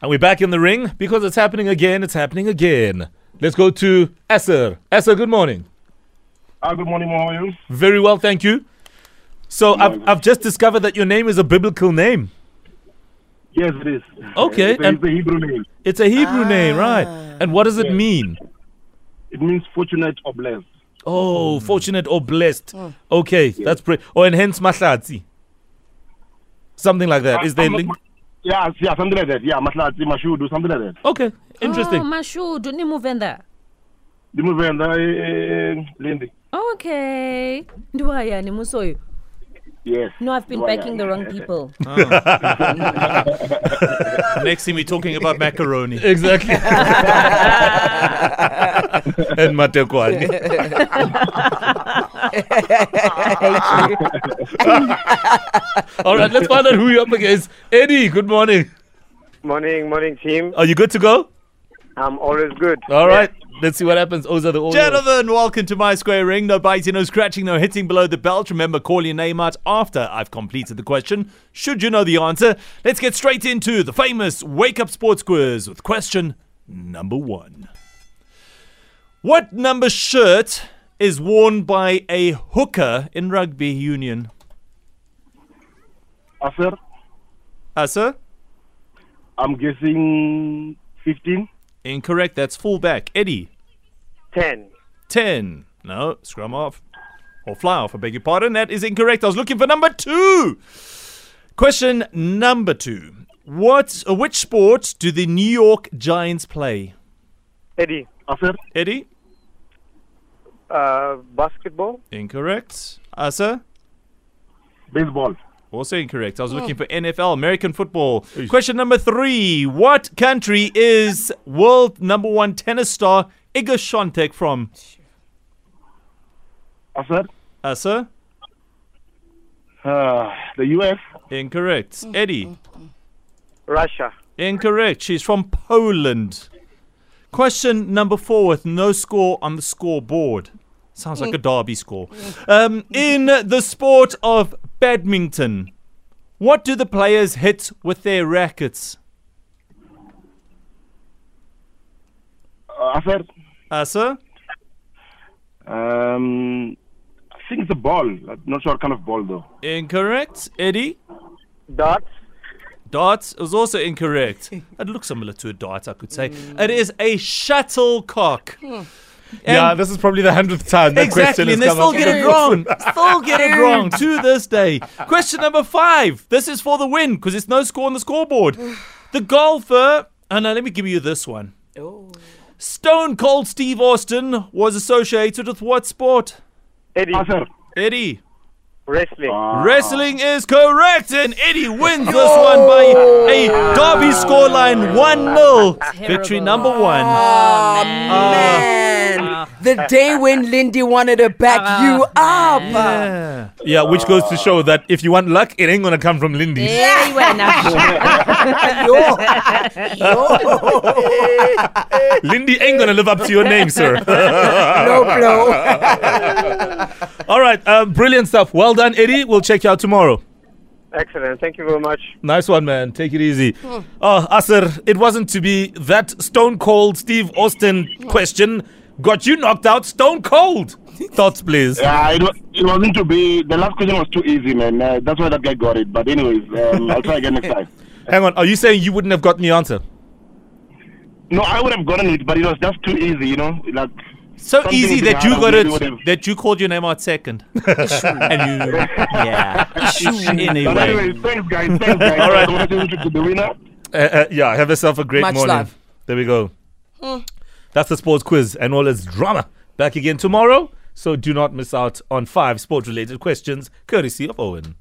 And we're back in the ring because it's happening again. It's happening again. Let's go to Esser. Esser, good morning. Uh, good morning, how are you? Very well, thank you. So I've, I've just discovered that your name is a biblical name. Yes, it is. Okay, It's a, and- it's a Hebrew name. It's a Hebrew name, right? And what does it mean? It means fortunate or blessed. Oh, fortunate or blessed. Okay, that's pretty. Oh, and hence Mahlatsi. Something like that. Is there a I'm not- link? Yeah, yeah, something like that. Yeah, Maslati, Mashudu, something like that. Okay, interesting. Oh, mashudu nimuvenda The movie and I, Lindy. okay ndiwayani musoyo Yes. no i've been Why, backing yeah. the wrong people Next thing we're talking about macaroni. Exactly. and Matekwani. All right, let's find out who you're up against. Eddie, good morning. Morning, morning, team. Are you good to go? I'm always good. Oh. All right, let's see what happens. Those are the all. Gentlemen, welcome to my square ring. No biting, no scratching, no hitting below the belt. Remember, call your name out after I've completed the question. Should you know the answer, let's get straight into the famous Wake Up Sports Quiz with question number one. What number shirt is worn by a hooker in rugby union? Asher, Uh, sir? I'm guessing 15. Incorrect. That's fullback. Eddie, 10. 10. No, scrum off. Or fly off, I beg your pardon. That is incorrect. I was looking for number two. Question number two. What, uh, which sport do the New York Giants play? Eddie, Asher, Eddie? uh, basketball? Incorrect. Asa? baseball. Also incorrect. I was looking for NFL, American football. Question number three. What country is world number one tennis star Iga Swiatek from? Asher, Asa? uh, the US. Incorrect. Eddie? Russia. Incorrect. She's from Poland. Question number four with no score on the scoreboard. Sounds like a derby score. Um, in the sport of badminton, what do the players hit with their rackets? Uh, Asher, Uh, sir? um, I think it's a ball. I'm not sure what kind of ball, though. Incorrect. Eddie? Darts? Darts is also incorrect. It looks similar to a dart, I could say. It is a shuttlecock. Yeah, And- this is probably the hundredth time that question Exactly, has and they come still up. get it wrong. Still get it wrong to this day. Question number five. This is for the win because it's no score on the scoreboard. The golfer. Oh no, let me give you this one. Oh. Stone Cold Steve Austin was associated with what sport? Eddie, Asher, Eddie. wrestling. Wrestling is correct, and Eddie wins this one by a derby scoreline 1 0. Victory Terrible. number one. Oh, man. the day when Lindy wanted to back you up. Yeah. Yeah, which goes to show that if you want luck, it ain't gonna come from Lindy. Eh, wena. Yo. Yo. Lindy ain't gonna live up to your name, sir. Low blow. All right, um, brilliant stuff. Well done, Eddie. We'll check you out tomorrow. Excellent. Thank you very much. Nice one, man. Take it easy. Hmm. Oh, Asir, it wasn't to be that stone cold Steve Austin question got you knocked out stone cold. Thoughts, please. Yeah, it, was, it wasn't to be. The last question was too easy, man. Uh, that's why that guy got it. But, anyways, um, I'll try again next time. Hang on. Are you saying you wouldn't have gotten the answer? No, I would have gotten it, but it was just too easy, you know? Like, So Something easy we that can you have, got we would have. it, that you called your name out second. and you, yeah. but anyway. anyways, thanks, guys. Thanks, guys. All right. Congratulations to the winner. Uh, uh, yeah, have yourself a great Much morning. love. Hmm. There we go. That's the sports quiz and all its drama. Back again tomorrow, so do not miss out on five sport related questions courtesy of Owen.